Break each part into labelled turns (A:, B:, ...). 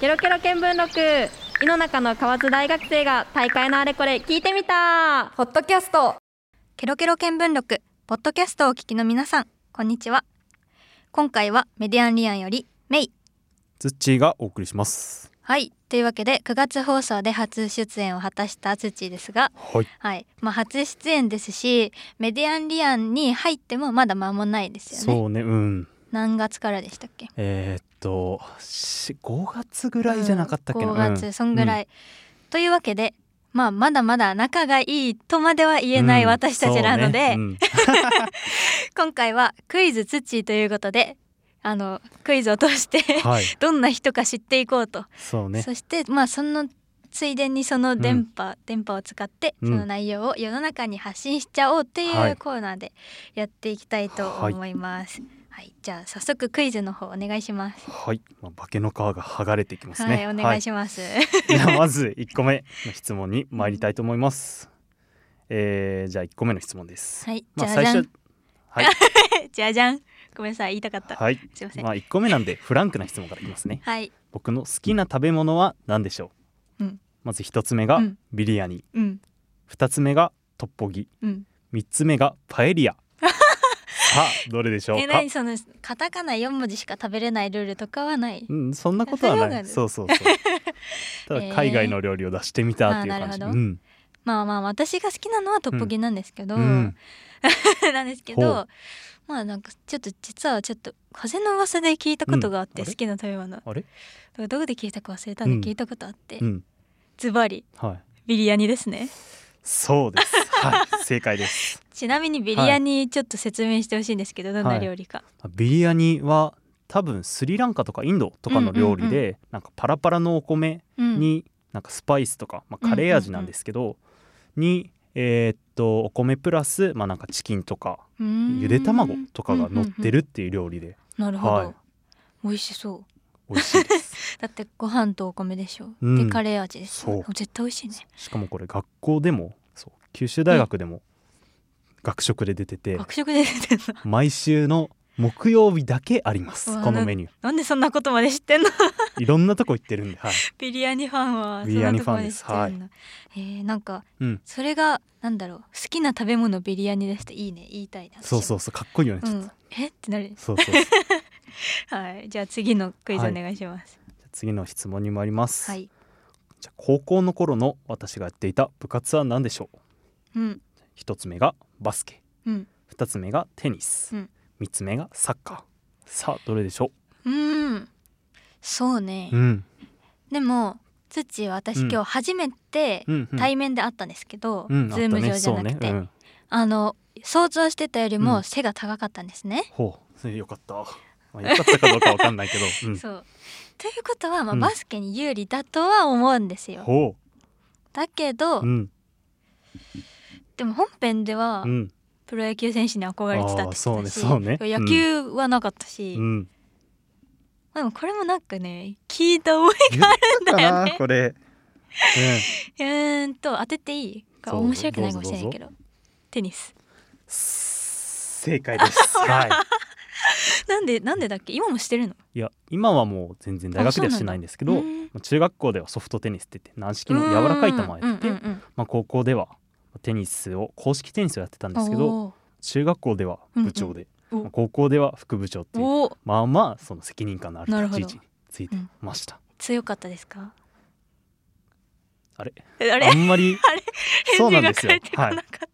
A: ケロケロ見聞録井の中の河津大学生が大会のあれこれ聞いてみた
B: ポッドキャスト
C: ケロケロ見聞録ポッドキャストをお聞きの皆さんこんにちは今回はメディアンリアンよりメイ
D: ツッチーがお送りします。
C: はいというわけで9月放送で初出演を果たしたツッチーですが
D: はい。
C: はいまあ初出演ですしメディアンリアンに入ってもまだ間もないですよね
D: そうね、うん。
C: 何月からでしたっけ
D: えーっと、し5月ぐらいじゃなかったっけな。
C: 5
D: うん
C: 月そんぐらい、というわけでまあまだまだ仲がいいとまでは言えない私たちなので、
D: うん
C: 今回はクイズ土ということであのクイズを通して
D: そうねうんはい。
C: どんな人か知っていこうと、
D: そうね。
C: そしてまあそのついでにその電波、電波を使って
D: う
C: そ
D: ん
C: の内容を世の中に発信しちゃおうって
D: は
C: いう
D: い
C: コーナーでやっていきたいと思います。はい、じゃあ早速クイズの方お願いします。
D: はい。まあ、化けの皮が剥がれていきます
C: はい
D: ね。、
C: お願いし ます。
D: はいではまず1個目の質問に参りたいと思います。えー、じゃあ1個目の質問です。
C: はい、
D: まあ
C: じゃあ
D: 最
C: じゃん
D: 初。は い。
C: じゃじゃん。ごめんなさい、言いたかった。
D: はい。
C: すいません。
D: まあ1個目なんでフランクな質問からいきますね。
C: はい。
D: 僕の好きな食べ物は何でしょう、
C: うん
D: まず1つ目が
C: うん
D: ビリヤニ、
C: うん。
D: 2つ目がトッポギ、
C: うん。
D: 三つ目がパ エリア。さあどれでしょ
C: え、
D: うか
C: 何。そのカタカナ四文字しか食べれないルールとかはない。
D: うんそんなことは
C: そう
D: な
C: なん
D: い。
C: だ
D: そうそうそう。ただ海外の料理を出してみたっていう感じ。
C: えーあーなるほど
D: うん。
C: まあまあ私が好きなのはトッポギなんですけど、
D: うん。
C: なんですけ
D: ほ
C: ど
D: う、
C: まあなんかちょっと実はちょっと風の噂で聞いたことがあって、
D: うんあれ
C: 好きな食べ物。だか
D: あれ？
C: らどこで聞いたか忘れたんで
D: うん
C: 聞いたことあって、
D: うん。
C: ズバリ
D: はい。
C: ビリヤニですね。
D: そうです。 はい。正解です。
C: ちなみにビリヤニちょっと説明してほしいんですけど、どんな料理か。
D: ビリヤニは多分スリランカとかインドとかの料理で、
C: うん
D: なんかパラパラのお米
C: うん。
D: に、なんかスパイスとか、まあ、カレー味なんですけど、にえーっとお米プラスまあなんかチキンとか
C: うーん
D: ゆで卵とかが乗って。るっていう料理で
C: うんうんうんなるほど。
D: はい
C: 美味しそう。
D: 美味しいです。
C: だってご飯とお米でしょ、
D: うん
C: でカレー味ですよ
D: そう
C: 絶対美味しいね
D: しかもこれ学校でもそう九州大学でも学食で出てて、
C: 学食で出てんの
D: 毎週の木曜日だけありま
C: うわ
D: すこのメニュ
C: なんでそんなことまで知ってんの
D: ーいろんなとこ行ってるんで、はい、
C: ビリヤニファンはそ
D: ビ
C: ん
D: リヤ
C: な
D: ニ
C: と
D: フ
C: こま
D: ァン
C: で
D: で
C: 知
D: す
C: ってるんだ、えー、なんか
D: うん、
C: それがなんだろう好きな食べ物ビリヤニですっていいね言いたいな
D: そうそううそうかっこいいよねち
C: う
D: ょっと、
C: ん、えってなる
D: そうそうそうじゃ
C: はいじゃあ次のクイズお願いします
D: あ次の質問に参ります、
C: はい、
D: じゃあ高校の頃の私がやっていた部活は何でしょう
C: うん
D: 一つ目がバスケ
C: うん
D: 二つ目がテニス、
C: うん
D: 三つ目がサッカーさあどれでしょ
C: うーんそうね、
D: う、うん
C: でもツッチーは私
D: うん
C: 今日初めて
D: うんうん、
C: 対面で会ったんですけど、
D: うん、
C: ズーム上じゃなくて、
D: あったねそうね、うん、
C: あの想像してたより
D: う
C: も
D: ん
C: 背が高かったんですね。
D: ほうそれよかった、ま あ、よかったかどうかわかんないけど、うん、
C: そうということは、まあ
D: うん
C: バスケに有利だとは思うんですよ。
D: ほ
C: だけど、
D: う、うん、
C: でも本編では
D: うん、
C: プロ野球選手に憧れてたって言ってたし
D: あーそうねそうね
C: 野球はなかったし、
D: うん。
C: まあでもこれもなんかね聞いた覚えがあるんだよね。
D: これ。
C: うーんと当てていいか
D: そう
C: 面白くないかもしれないけどテニス。
D: 正 解です。は
C: なんでなんでだっけ今もしてるの
D: い。いや、今はもう全然大学では
C: あそうなんだ
D: してないんですけど、
C: うーん
D: 中学校ではソフトテニスって言って軟式の柔らかい球をやって
C: うんう
D: て、
C: んうん
D: まあ高校ではテニスを公式テニスをやってたんですけど、
C: おー
D: 中学校では部長で、
C: うんうんお
D: まあ高校では副部長っていう、
C: おー
D: まあまあその責任感のある
C: なる
D: 立
C: ほ
D: ち
C: ど
D: 位置についてました。
C: 強かったですか
D: あれ、
C: えあれ
D: あんまりそうなんですよ
C: 返って。こ
D: は
C: ないか。っ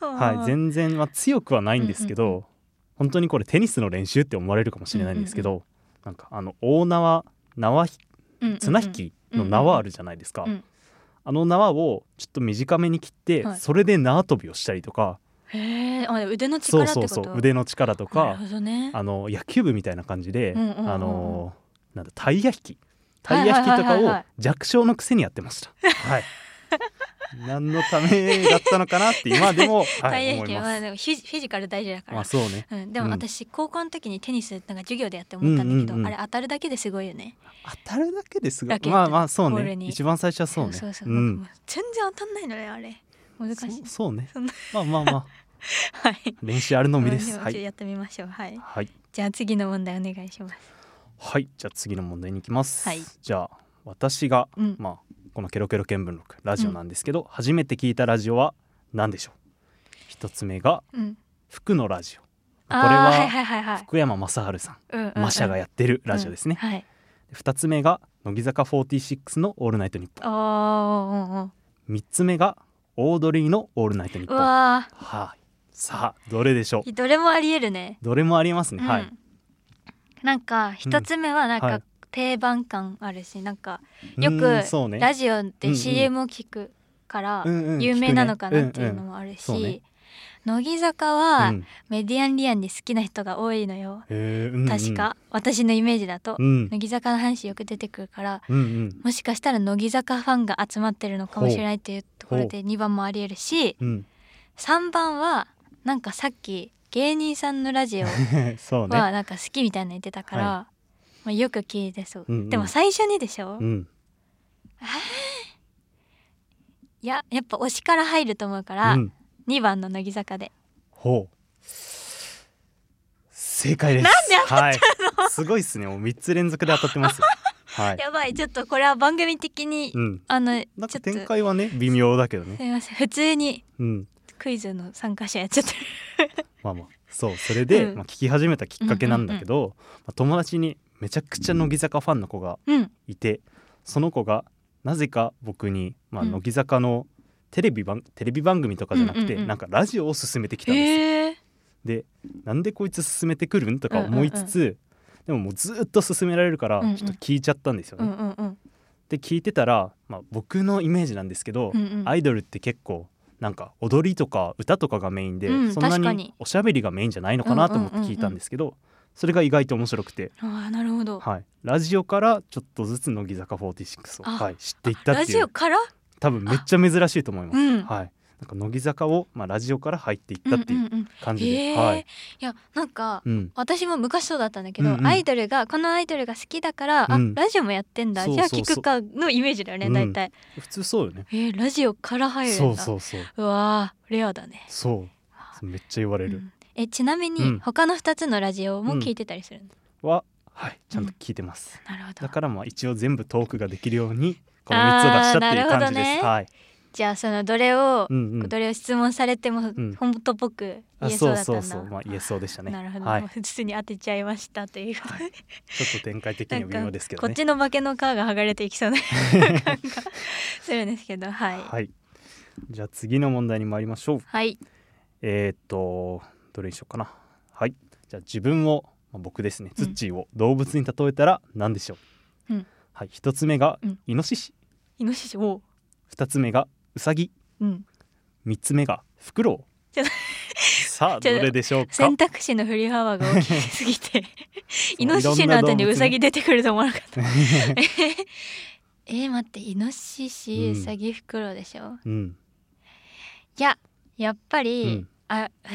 C: た。
D: はい、全然、まあ、強くはないんですけど、
C: うんうん
D: 本当にこれテニスの練習って思われるかもしれないんですけど、なんかあの大縄縄ひ
C: 然
D: 綱引きの縄あるじゃないですか、
C: うんうん
D: あの縄をちょっと短めに切って、
C: はい
D: それで縄跳びをしたりとか
C: へえ、あ腕の
D: そ
C: 力
D: う
C: って
D: そ
C: こ
D: う
C: と。
D: そう腕の力と
C: なる
D: か
C: ほどね。
D: あの野球部みたいな感じで、
C: うんうんうんうん
D: あのなんだタイヤ引きタイヤ引きと
C: は
D: か
C: いはいはいは
D: を
C: い
D: 弱小のくせにやってました。 はい何のためだったのかなって今でも、は
C: タイヤ
D: い、思
C: 引
D: い
C: きは
D: ま
C: まあ
D: す。
C: でもフィジフィジカル大事だか
D: まあ
C: ら。
D: そうね
C: うん、でも
D: うん
C: 私高校の時にテニスなんか授業でやって思ったんだけど、
D: うんうんうん
C: あれ当たるだけですごいよね。
D: 当たるだけです
C: ラ
D: が
C: ケット
D: まあまあそう
C: ボール
D: ね
C: に
D: 一番最初はそうね
C: そうそう、
D: ん
C: もう全然当たんないのねあれ。難し
D: そ
C: い。
D: そうね
C: そんな
D: まあまあまあ
C: はい。
D: 練習あるのみで
C: う
D: す
C: んも
D: は
C: ちょっと
D: い
C: やってみましょう。はい。
D: はい
C: じゃあ次の問題お願いします。
D: はいじゃあ次の問題に行きます、
C: はい
D: じゃあ私が、
C: うん
D: まあ、この「ケロケロ見聞録」ラジオなんですけど、初めて聞いたラジオは何でしょう一つ目が
C: うん、
D: 「福のラジオ」これ
C: あーはい
D: は
C: はいはいはい
D: 福山雅治さ
C: うん
D: ん、
C: うんうん
D: マシャがやってるラジオですね、
C: うんはい
D: 二つ目が乃木坂46の「オールナイトニッポン」
C: あ
D: 三つ目がオードリーの「オールナイトニッ
C: ーう
D: ポン」はい、
C: わ
D: さあどれでしょう
C: ーどれもありえるね、
D: どれもありますね、
C: うん
D: はい、
C: なんか一つ目はなん
D: は
C: か
D: い
C: 定番感あるし、なんかよ
D: う
C: く
D: ーんそうね
C: ラジオで CM を聞くから有名なのかなっていうの
D: は、
C: もあるし、
D: うんうん聞くね
C: 乃木坂
D: うん
C: は
D: うん
C: メディアンリアンで好きな人が多いのよ、
D: へーうんうん
C: 確か、私のイメージだと、
D: うん
C: 乃木坂の話よく出てくるから
D: うんうん
C: もしかしたら乃木坂ファンが集まってるのかもしれないっていうところ
D: ほ
C: で2番もありえるし
D: うん、
C: 3番はなんかさっき芸人さんのラジオ
D: そう ね、
C: はなんか好きみたいなの言ってたから、
D: は
C: まあ、よく聞いてそう、
D: うんうん
C: でも最初にでしょ、
D: うん、
C: いややっぱ推しから入ると思うから、
D: うん、
C: 2番の乃木坂で
D: ほう正解です
C: なんで当
D: はい、すごいですねもう三つ連続で当たっ てますよはい
C: やばいちょっとこれは番組的に、
D: うん
C: あの
D: なん
C: ちょ
D: か
C: っとす
D: 展開はね微妙だけどね
C: みません普通に
D: うん
C: クイズの参加者やっちゃって
D: まあまあそうそれで、
C: うん
D: まあ、聞き始めたきっかけなんだけど、まあ、友達にめちゃくちゃ乃木坂ファンの子が
C: るうん
D: いてその子がなぜか僕に、まあ、
C: うん
D: 乃木坂のテレビ番、テレビ番組とかじゃな
C: う
D: くて、
C: んうんうん
D: なんかラジオを勧めてきたんですよ。
C: へえ
D: でなんでこいつ勧めてくるんとか思いつつ、でももうずっと勧められるから
C: うんうん
D: ちょっと聞いちゃったんですよね。
C: うんうんうん
D: で聞いてたら、まあ、僕のイメージなんですけど、
C: うんうん
D: アイドルって結構なんか踊りとか歌とかがメインで、
C: うん
D: そん
C: 確
D: な
C: か
D: に
C: に
D: おしゃべりがメインじゃないのかなと思って聞いたんですけど、それが意外と面白くて、
C: ああなるほど、
D: はい、ラジオからちょっとずつ乃木坂46を、
C: あ
D: はい、知っていった
C: ラ
D: って
C: ジ
D: い
C: オ
D: う
C: から
D: 多分めっちゃ珍しいと思います。
C: うん
D: はい、なんか乃木坂を、まあ、ラジオから入っていっ
C: うんう
D: た
C: ん
D: っていう
C: うん
D: 感じで、
C: へえ、
D: はいい、、
C: やなんか、
D: うん、
C: 私も昔そうだったんだけど、
D: うんうん
C: アイドルがこのアイドルが好きだから、
D: うん
C: あラジオもやってんだ
D: そう
C: じゃあ
D: そう
C: 聞
D: そう
C: くかのイメージだよね
D: うん
C: 大体、
D: 普通そうよね。
C: えーラジオから入るんだ
D: そうそうそ
C: う
D: う
C: わーレアだね、
D: そうそうめっちゃ言われる、
C: うんえちなみに、
D: うん
C: 他の2つのラジオも聞いてたりするの、
D: ははいちゃんと聞いてます、
C: なるほど
D: だからまあ一応全部トークができるようにこの3つを出したっていう感じです、
C: あーなるほどね
D: はい、
C: じゃあそのどれを、
D: うんうん
C: どれを質問されても
D: ん
C: 本当っぽく
D: あ
C: 言えそ
D: そうう
C: だったん
D: そ
C: だ、
D: うそうまあ言えそうでしたね
C: なるほど、
D: はい
C: もう、普通に当てちゃいましたということで、
D: ちょっと展開的には微
C: な
D: 妙
C: ん
D: ですけ
C: か
D: ど
C: こっ
D: ね
C: ちの化けの皮が剥がれていきそうな 感がするんですけどはいはい、
D: はいじゃあ次の問題に参りましょうえーっとどれにしようかなはいじゃあ自分を、まあ、僕ですね
C: うん
D: ツッチーを動物に例えたら何でしょう、
C: うん
D: はい一つ目が
C: うん
D: イノシシ
C: イノシシを
D: 二つ目がウサギ
C: うん
D: 三つ目がフクロウ
C: ちょっと
D: さあど
C: ちょっと
D: れでしょうか
C: 選択肢の振り幅が大きすぎ て イノシ
D: いろ
C: シ
D: んな
C: の
D: 動
C: 後
D: 物ね
C: にウサギ出てくると思わなかった えー、待ってイノシシ
D: うん
C: ウサギフクロウでしょ、
D: うん
C: いややっぱ
D: う
C: り、
D: ん
C: あ え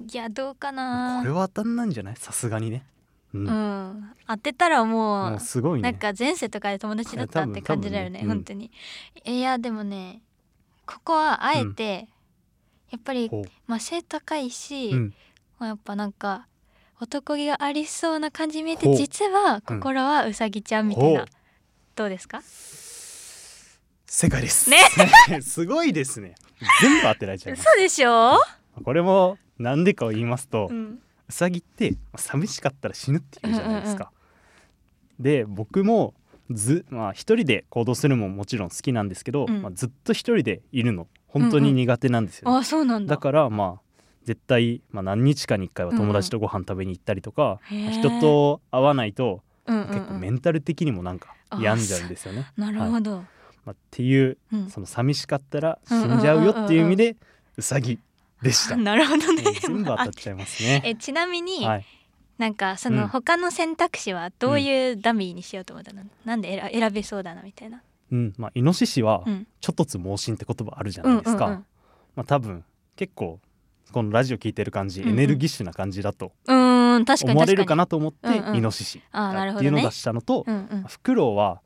C: ーいやどうかな
D: これは当たんないんじゃないさすがにねうん、
C: うん当てたらもう
D: もうすごいね
C: なんか前世とかで友達だったって感じだよね
D: 多分多分ねうん
C: 本当に、いやでもねここはあえて、やっぱり
D: ほう
C: まあ背高いし、
D: うん
C: まあやっぱなんか男気がありそうな感じ見え
D: ほ
C: て
D: う
C: 実は心はうさぎちゃんみたいな、
D: ほう
C: どうですか
D: 正解です
C: ね
D: すごいですね全部当てられちゃいます
C: 嘘でしょ、
D: これもなんでかを言いますと、
C: う、
D: うんさぎって寂しかったら死ぬっていうじゃないですか、で僕もずまあ一人で行動するのももちろん好きなんですけど、
C: うん
D: まあ、ずっと一人でいるの本当に苦手なんですよね、
C: あそうなんだ
D: だからまあ絶対、まあ、何日かに1回は友達とご飯食べに行ったりとか、
C: うんへー
D: 人と会わないと
C: うんうんうん
D: 結構メンタル的にもなんか
C: あ
D: 病んじゃうんですよね。
C: なるほど、
D: まあ、っていう
C: うん
D: その寂しかったら死んじゃうよっていう意味でうさぎでした。もう
C: なるほどね
D: 全部当たっちゃいますね。
C: えちなみに、
D: はい、
C: なんかそ
D: うん
C: の他の選択肢はどういうダミーにしようと思ったの、なんで選選べそうだなみたいな、
D: うん、まあイノシシは
C: うん、
D: ちょっとつ盲信って言葉あるじゃないですか。
C: うんうん
D: まあ多分結構このラジオ聞いてる感じ、
C: うんうん
D: エネルギッシュな感じだと
C: うん、うーん確かに確かに
D: 思われるかなと思って、
C: うんうん
D: イノシシ
C: あーなる
D: だっ
C: ほ
D: てい
C: ど
D: うのを
C: ね
D: 出したのと、
C: うんうん
D: フクロウは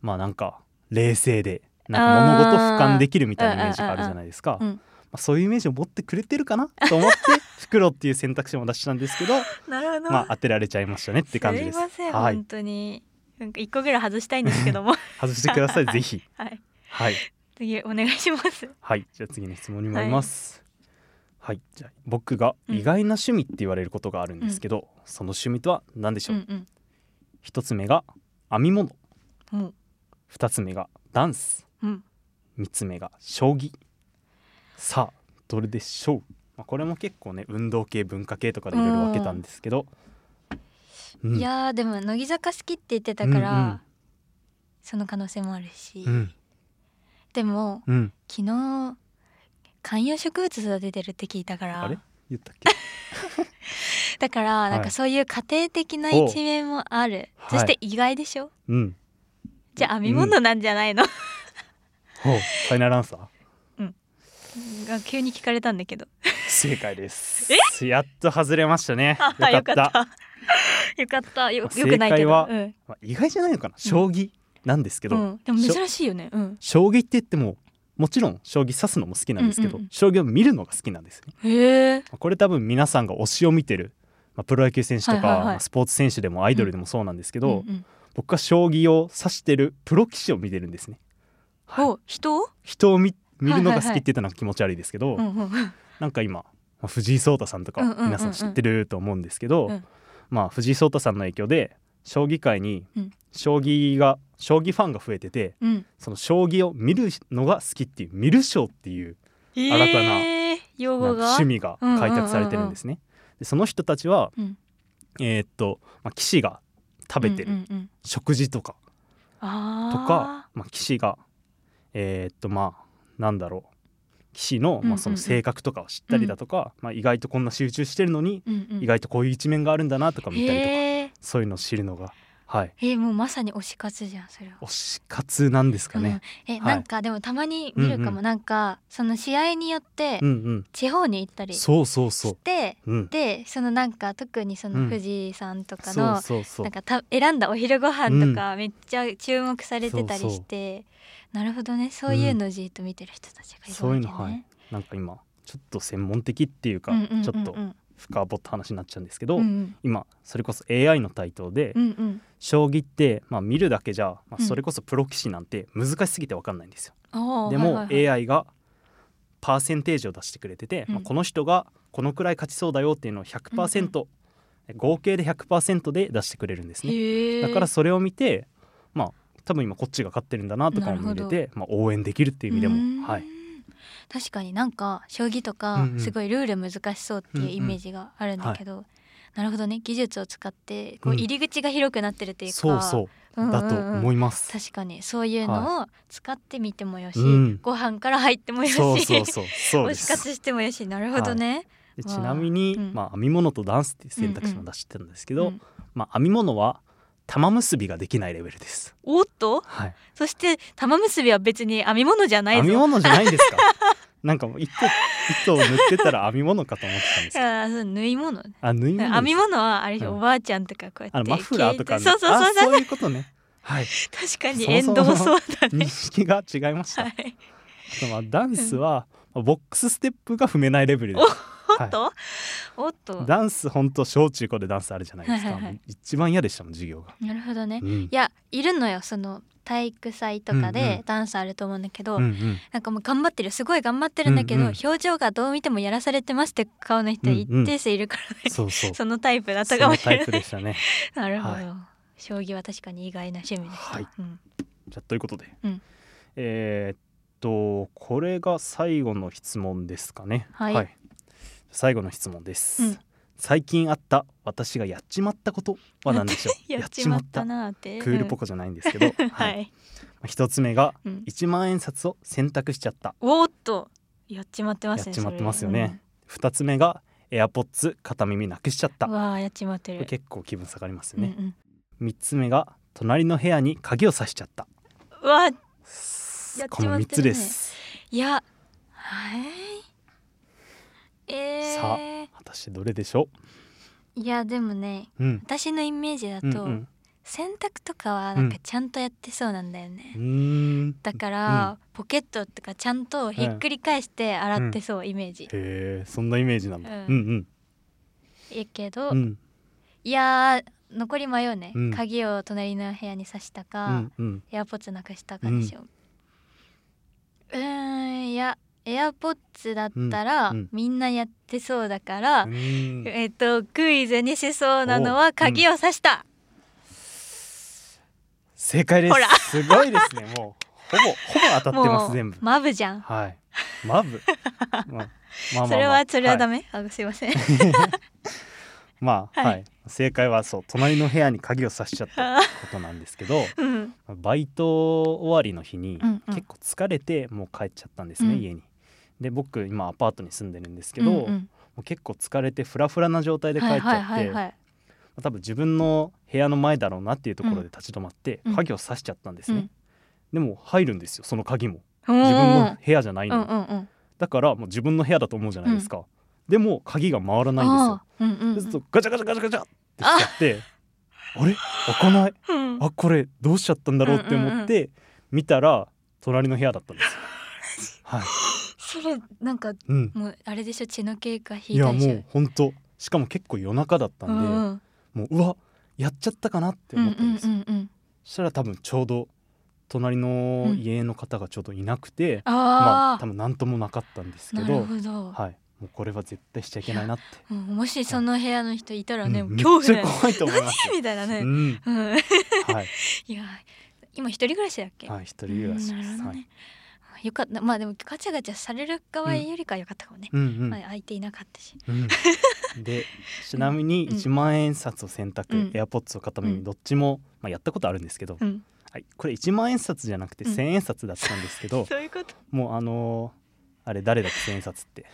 D: まあなんか冷静でなんか物事俯瞰できるみたいなイメージがあるじゃないですか
C: あーうん
D: あ、そういうイメージを持ってくれてるかな と思って袋っていう選択肢も出したんですけど、
C: なるほど。
D: まあ、当てられちゃいましたねって感じです
C: すいません、
D: は い
C: 本当に。なんか一個ぐらい外したいんですけ ども。
D: 外してくださいぜひ
C: はい。
D: はい
C: 次お願いします。
D: はいじゃあ次の質問に参りますはい、じゃあ僕が意外な趣味って言われることがあるんですけど、その趣味とは何でし
C: う
D: ょう、
C: ん
D: 一つ目が編み物
C: うん。うん
D: 二つ目がダンス
C: うん。
D: 三つ目が将棋さあどれでしょう、まあ、これも結構ね運動系文化系とかでいろいろ分けたんですけど、うん
C: いやーでも乃木坂好きって言ってたから、
D: うんうん
C: その可能性もあるし、
D: うん
C: でも
D: うん
C: 昨日観葉植物育ててるって聞いたか
D: あれ
C: ら
D: 言ったっけ
C: だから
D: い
C: なんかそういう家庭的な一面もある、
D: ほう
C: そして意外でしょ、
D: うん
C: じゃあ編み物なんじゃないの、
D: ほうファイナルアンサー
C: が急に聞かれたんだ けど
D: 正解ですやっと外れましたね
C: あ
D: よかった
C: よかったよ
D: まあ
C: よくないけ
D: 正解
C: ど、
D: は
C: うん
D: まあ、意外じゃないのかな将棋なんですけど、
C: うん、でも珍しいよね、うん、
D: 将棋って言ってももちろん将棋指すのも好きなんですけ
C: う
D: ど、
C: んうんうん
D: 将棋を見るのが好きなんですね
C: へえ
D: これ多分皆さんが推しを見てる、まあ、プロ野球選手とか、
C: はいはいはい
D: まあスポーツ選手でもアイドルでもそうなんですけど、
C: うんうん
D: 僕は将棋を指してるプロ棋士を見てるんですね。はい
C: お人、
D: 人を見見るの
C: はい
D: が
C: はいはい
D: 好きって言ったのは気持ち悪いですけど、
C: うんうんうん、
D: なんか今、まあ藤井聡太さんとか
C: うんうんうんうん
D: 皆さん知ってると思うんですけど、
C: うん
D: まあ、藤井聡太さんの影響で将棋界に
C: うん
D: 将棋が将棋ファンが増えてて
C: うん、
D: その将棋を見るのが好きっていう見る将っていう
C: 新
D: たな
C: 用語
D: なんか
C: が
D: 趣味が開拓されてるんですね。でその人たちは、
C: うん
D: えーっと、まあ、棋士が食べてる
C: うんうんうん
D: 食事とか、
C: あ
D: と
C: ー
D: かまあ、棋士がえーっとまあなんだろう棋士
C: う
D: の、
C: んうんう
D: まあ、
C: ん
D: その性格とかを知ったりだとか、まあ、意外とこんな集中してるのに、
C: うんうん
D: 意外とこういう一面があるんだなとか見たりとか、
C: へー
D: そういうのを知るのがはい
C: えーもうまさに推し活じゃんそれは。
D: 推し活なんですかね。
C: うん、え、
D: はい
C: なんかでもたまに見るかも、
D: うんうん
C: なんかその試合によって
D: うんうん、
C: 地方に行ったりし
D: そうそうそう。
C: て、
D: うん、
C: でそのなんか特にそうの
D: ん
C: 藤井さんとか
D: そう
C: の、
D: そうそう
C: なんかた選んだお昼ご飯とかめっちゃ注目されてたり
D: そうそう
C: して、なるほどねそういうのをじっと見てる人たちがいる
D: そう
C: わ
D: い
C: け
D: う
C: ね。
D: のはいなんか今ちょっと専門的っていうか、
C: うんうんうんうん
D: ちょっと深掘った話になっちゃうんですけど、
C: うんうん
D: 今それこそ AI の台頭で、
C: うんうん
D: 将棋って、まあ、見るだけじゃ、ま
C: う
D: あ、
C: ん
D: それこそプロ棋士なんて難しすぎて分かんないんですよ。
C: おー
D: で
C: は
D: も
C: いはいはい
D: AI がパーセンテージを出してくれてて、
C: うん
D: まあ、この人がこのくらい勝ちそうだよっていうのを100%、合計で100%で出してくれるんです
C: へ
D: ね。
C: ー
D: だからそれを見てまあ多分今こっちが勝ってるんだなとかも見
C: な
D: れ
C: る
D: て、まあ、応援できるっていう意味で
C: うーん
D: も、はい、
C: 確かになんか将棋と
D: う
C: か
D: んうん
C: すごいルール難しそうっていうイメージがあるんだけど、なるほどね技術を使ってこう
D: うん
C: 入り口が広くなってるっていうか、
D: そうそう
C: うんうんうん
D: だと思います。
C: 確かにそういうのを使ってみてもよし、
D: うん
C: ご飯から入ってもよし
D: そうそうそうそう
C: 推
D: で
C: し
D: す。
C: 活してもよしなるほどね、
D: で
C: わあ
D: ちなみに、
C: うん
D: まあ、編み物とダンスっていう選択肢も出してたんですけど、
C: うん
D: まあ、編み物は玉結びができないレベルです。
C: おっと
D: はい、
C: そして玉結びは別に編み物じゃないぞ
D: 編み物じゃないんですか なんかもう糸糸を縫ってたら編み物かと思ってたんですけど
C: あー そう縫い物ね
D: あ縫い物
C: 編み
D: です
C: 物はあれでしょ、
D: うん
C: おばあちゃんとかこうやって
D: あのマフラーとか、ね、
C: そうそうそう
D: あ
C: そう
D: そういうことね。 はい、
C: 確かに
D: そも
C: 遠
D: そも
C: 藤そうだ
D: 認
C: ね
D: 識が違いました。
C: は
D: あ
C: い
D: とまあダンスは、まあボックスステップが踏めないレベルです。
C: おっと、おっと
D: ダンス本当小中高でダンスあるじゃないです
C: は
D: か、
C: いはいはい
D: もう一番嫌でしたもん授業が、
C: なるほどね
D: うん、
C: いやいるのよその体育祭とか
D: うんう
C: で
D: ん
C: ダンスあると思うんだけど、
D: うんうん
C: なんかもう頑張ってるすごい頑張ってるんだけど、
D: うんうん
C: 表情がどう見てもやらされてますって顔の人
D: うんうん
C: 一定数いるからね、
D: そうそう
C: そのタイプだった
D: そ
C: かも
D: の
C: し
D: タ
C: れ
D: イプ
C: な
D: で
C: い
D: した ね
C: なるほど、
D: はい
C: 将棋は確かに意外な趣味でした、
D: はい
C: うん
D: じゃあということで、
C: うん
D: えーっとこれが最後の質問ですかね
C: はい
D: 最後の質問です、
C: うん
D: 最近あった私がやっちまったことは何でしょう
C: やっちまったなーって
D: やっちまったクールポコじゃないんですけど、
C: うんは
D: はい
C: い、
D: 一つ目が
C: うん
D: 1万円札を選択しちゃった
C: おーっとやっちまってますね
D: やっちまってますよ
C: それ
D: ね二つ目が AirPods 片耳なくしちゃっ
C: う
D: た
C: ん
D: こ
C: わあやっちまってる
D: れ結構気分下がりますよ
C: うんう
D: ね、
C: ん
D: 3つ目が隣の部屋に鍵をさしちゃった
C: うわあやっ
D: こ
C: ちま
D: の
C: ってるね
D: 3つです
C: いやはいえ
D: さ
C: ー、
D: 果たしてどれでしょ
C: いやでもね
D: う、うん
C: 私のイメージだ
D: うんう
C: と、
D: ん
C: 洗濯とかはなんかちゃんとやってそうなんだよね、
D: うーん
C: だから、ポケットとかちゃんとひっくり返して洗ってそう、イメージ
D: へえそんなイメージなんだ、
C: う
D: うんん
C: やけど、
D: うんうん
C: いやー残り迷うね、
D: うん
C: 鍵を隣の部屋に刺したか、
D: うんうん
C: エアポッツなくしたかでしょう、うーんいやエアポッツだったら、
D: うんうん
C: みんなやってそうだから、
D: うーん
C: えっとクイズにしそうなのは鍵を刺した、
D: 正解です
C: ほら
D: すごいですねもうほぼほぼ当たってま
C: も
D: す
C: う
D: 全部
C: マブじゃん、
D: はいマブまあまあまあまあ
C: それはそれはダ
D: い
C: メ、あすいま せん
D: まあ
C: は
D: はいい、正解はそう隣の部屋に鍵を刺しちゃったことなんですけど
C: うん
D: バイト終わりの日に
C: うんうん
D: 結構疲れてもう帰っちゃったんですね、
C: うん
D: 家に。で僕今アパートに住んでるんですけど、
C: うんうん
D: もう結構疲れてフラフラな状態で帰っちゃって、
C: はいはいはいはい
D: 多分自分の部屋の前だろうなっていうところで立ち止まって
C: うん
D: 鍵を刺しちゃったんです
C: う
D: ね、
C: ん
D: でも入るんですよその鍵も
C: うんうん
D: 自分の部屋じゃないのに、
C: うんうんうん
D: だからもう自分の部屋だと思うじゃないですか、でも鍵が回らないんですよ
C: あーうんうんうん
D: そうするとガチャガチャガチャガチャってしちゃってあれ開かない
C: うん
D: あこれどうしちゃったんだろうって思って、見たら隣の部屋だった んですよはい、
C: それなんか
D: うん、
C: もうあれでしょ血の経過引
D: い
C: い
D: や
C: たでしょ
D: もうほんとしかも結構夜中だったんで、
C: うんうん
D: もううわやっちゃったかなって思ったんですよ、
C: うんうんうんうん
D: そしたら多分ちょうど隣の家の方がちょうどいなくて、まあ
C: あ
D: 多分何ともなかったんですけ
C: あ、
D: ど
C: なるほど、
D: はい、もうこれは絶対しちゃいけないなって、
C: うんもしその部屋の人いたらね、
D: うん
C: もう恐怖だ
D: め
C: よ
D: っち
C: ね
D: ゃ怖いと思いますよ
C: みたいなね、
D: うん
C: うん、
D: はい、
C: いや今一人暮らしだっけ、
D: はい、一人暮らしです
C: うんなるほど
D: はい
C: ね、よかったまあでもガチャガチャされる側よりかはよかったかもね、
D: うんうん
C: まあ、相手いなかったし
D: うん、でちなみに
C: うん
D: 1万円札を選択、
C: うん
D: エアポッツを片目
C: うん
D: にどっちも、まあ、やったことあるんですけど、
C: うん
D: はい、これ1万円札じゃなくて
C: うん
D: 1,000円札だったんですけど、
C: そういうこと
D: もうあのーあれ誰だっけ1,000円札って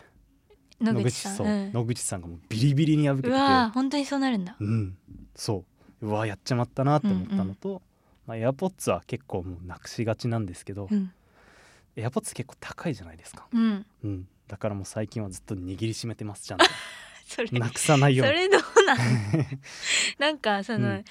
C: 野口さん
D: そうう、
C: ん、
D: 野口さんがもうビリビリに破けて
C: う
D: て
C: わー本当にそうなるんだ
D: うん、そううわやっちゃまったなと思ったのと、まあ、エアポッツは結構もうなくしがちなんですけど、
C: うん
D: エアポッツ結構高いじゃないですか、
C: うん
D: うん、だからもう最近はずっと握りしめてますちゃんと
C: それ
D: なくさない
C: そ
D: ように。
C: れどう なのなんかその、
D: うん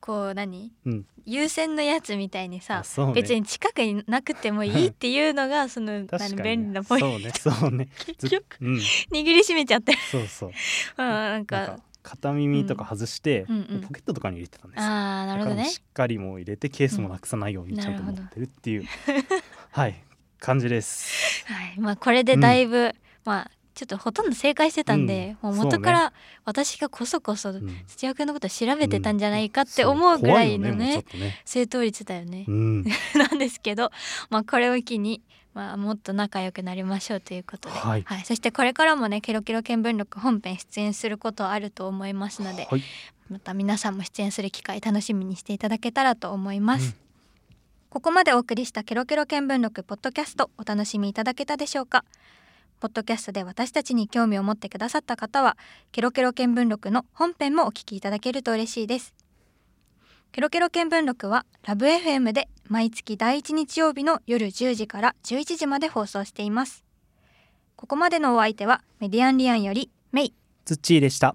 C: こう何、
D: うん
C: 優先のやつみたいにさ
D: あ、そうね
C: 別に近くになくてもい いっていうのがその
D: 確か
C: 何
D: にね
C: 便利なポイント
D: そうねそう ね
C: 結局
D: ずうん
C: 握りしめちゃってる
D: そうそう
C: あー なん
D: な
C: か
D: んか片耳とか外して、
C: うんうんうん
D: ポケットとかに入れてたんですよ
C: ああなるほどね
D: だからもうしっかりもう入れてケースもなくさないよう
C: うん
D: にちゃんと持ってるっていう、 はい感じです
C: はいまあこれでだいぶ、まあちょっとほとんど正解してたんで、
D: うん
C: もう
D: そ
C: 元
D: うね
C: から私がこそこそ
D: うん
C: 土屋君のこと調べてたんじゃないかって思うぐらいのね,、
D: そう怖いよね
C: 正答率だよね
D: もうちょっとねう、
C: なん
D: ん
C: ですけど、まあ、これを機に、まあ、もっと仲良くなりましょうということで、
D: はい
C: そしてこれからもね「ケロケロ見聞録」本編出演することあると思いますので、
D: はい
C: また皆さんも出演する機会楽しみにしていただけたらと思います、
D: うん
C: ここまでお送りしたケロケロ見聞録ポッドキャストお楽しみいただけたでしょうかポッドキャストで私たちに興味を持ってくださった方はケロケロ見聞録の本編もお聞きいただけると嬉しいですケロケロ見聞録はラブ FM で毎月第1日曜日の夜10時から11時まで放送していますここまでのお相手はメディアンリアンよりメイ
D: ツッチーでした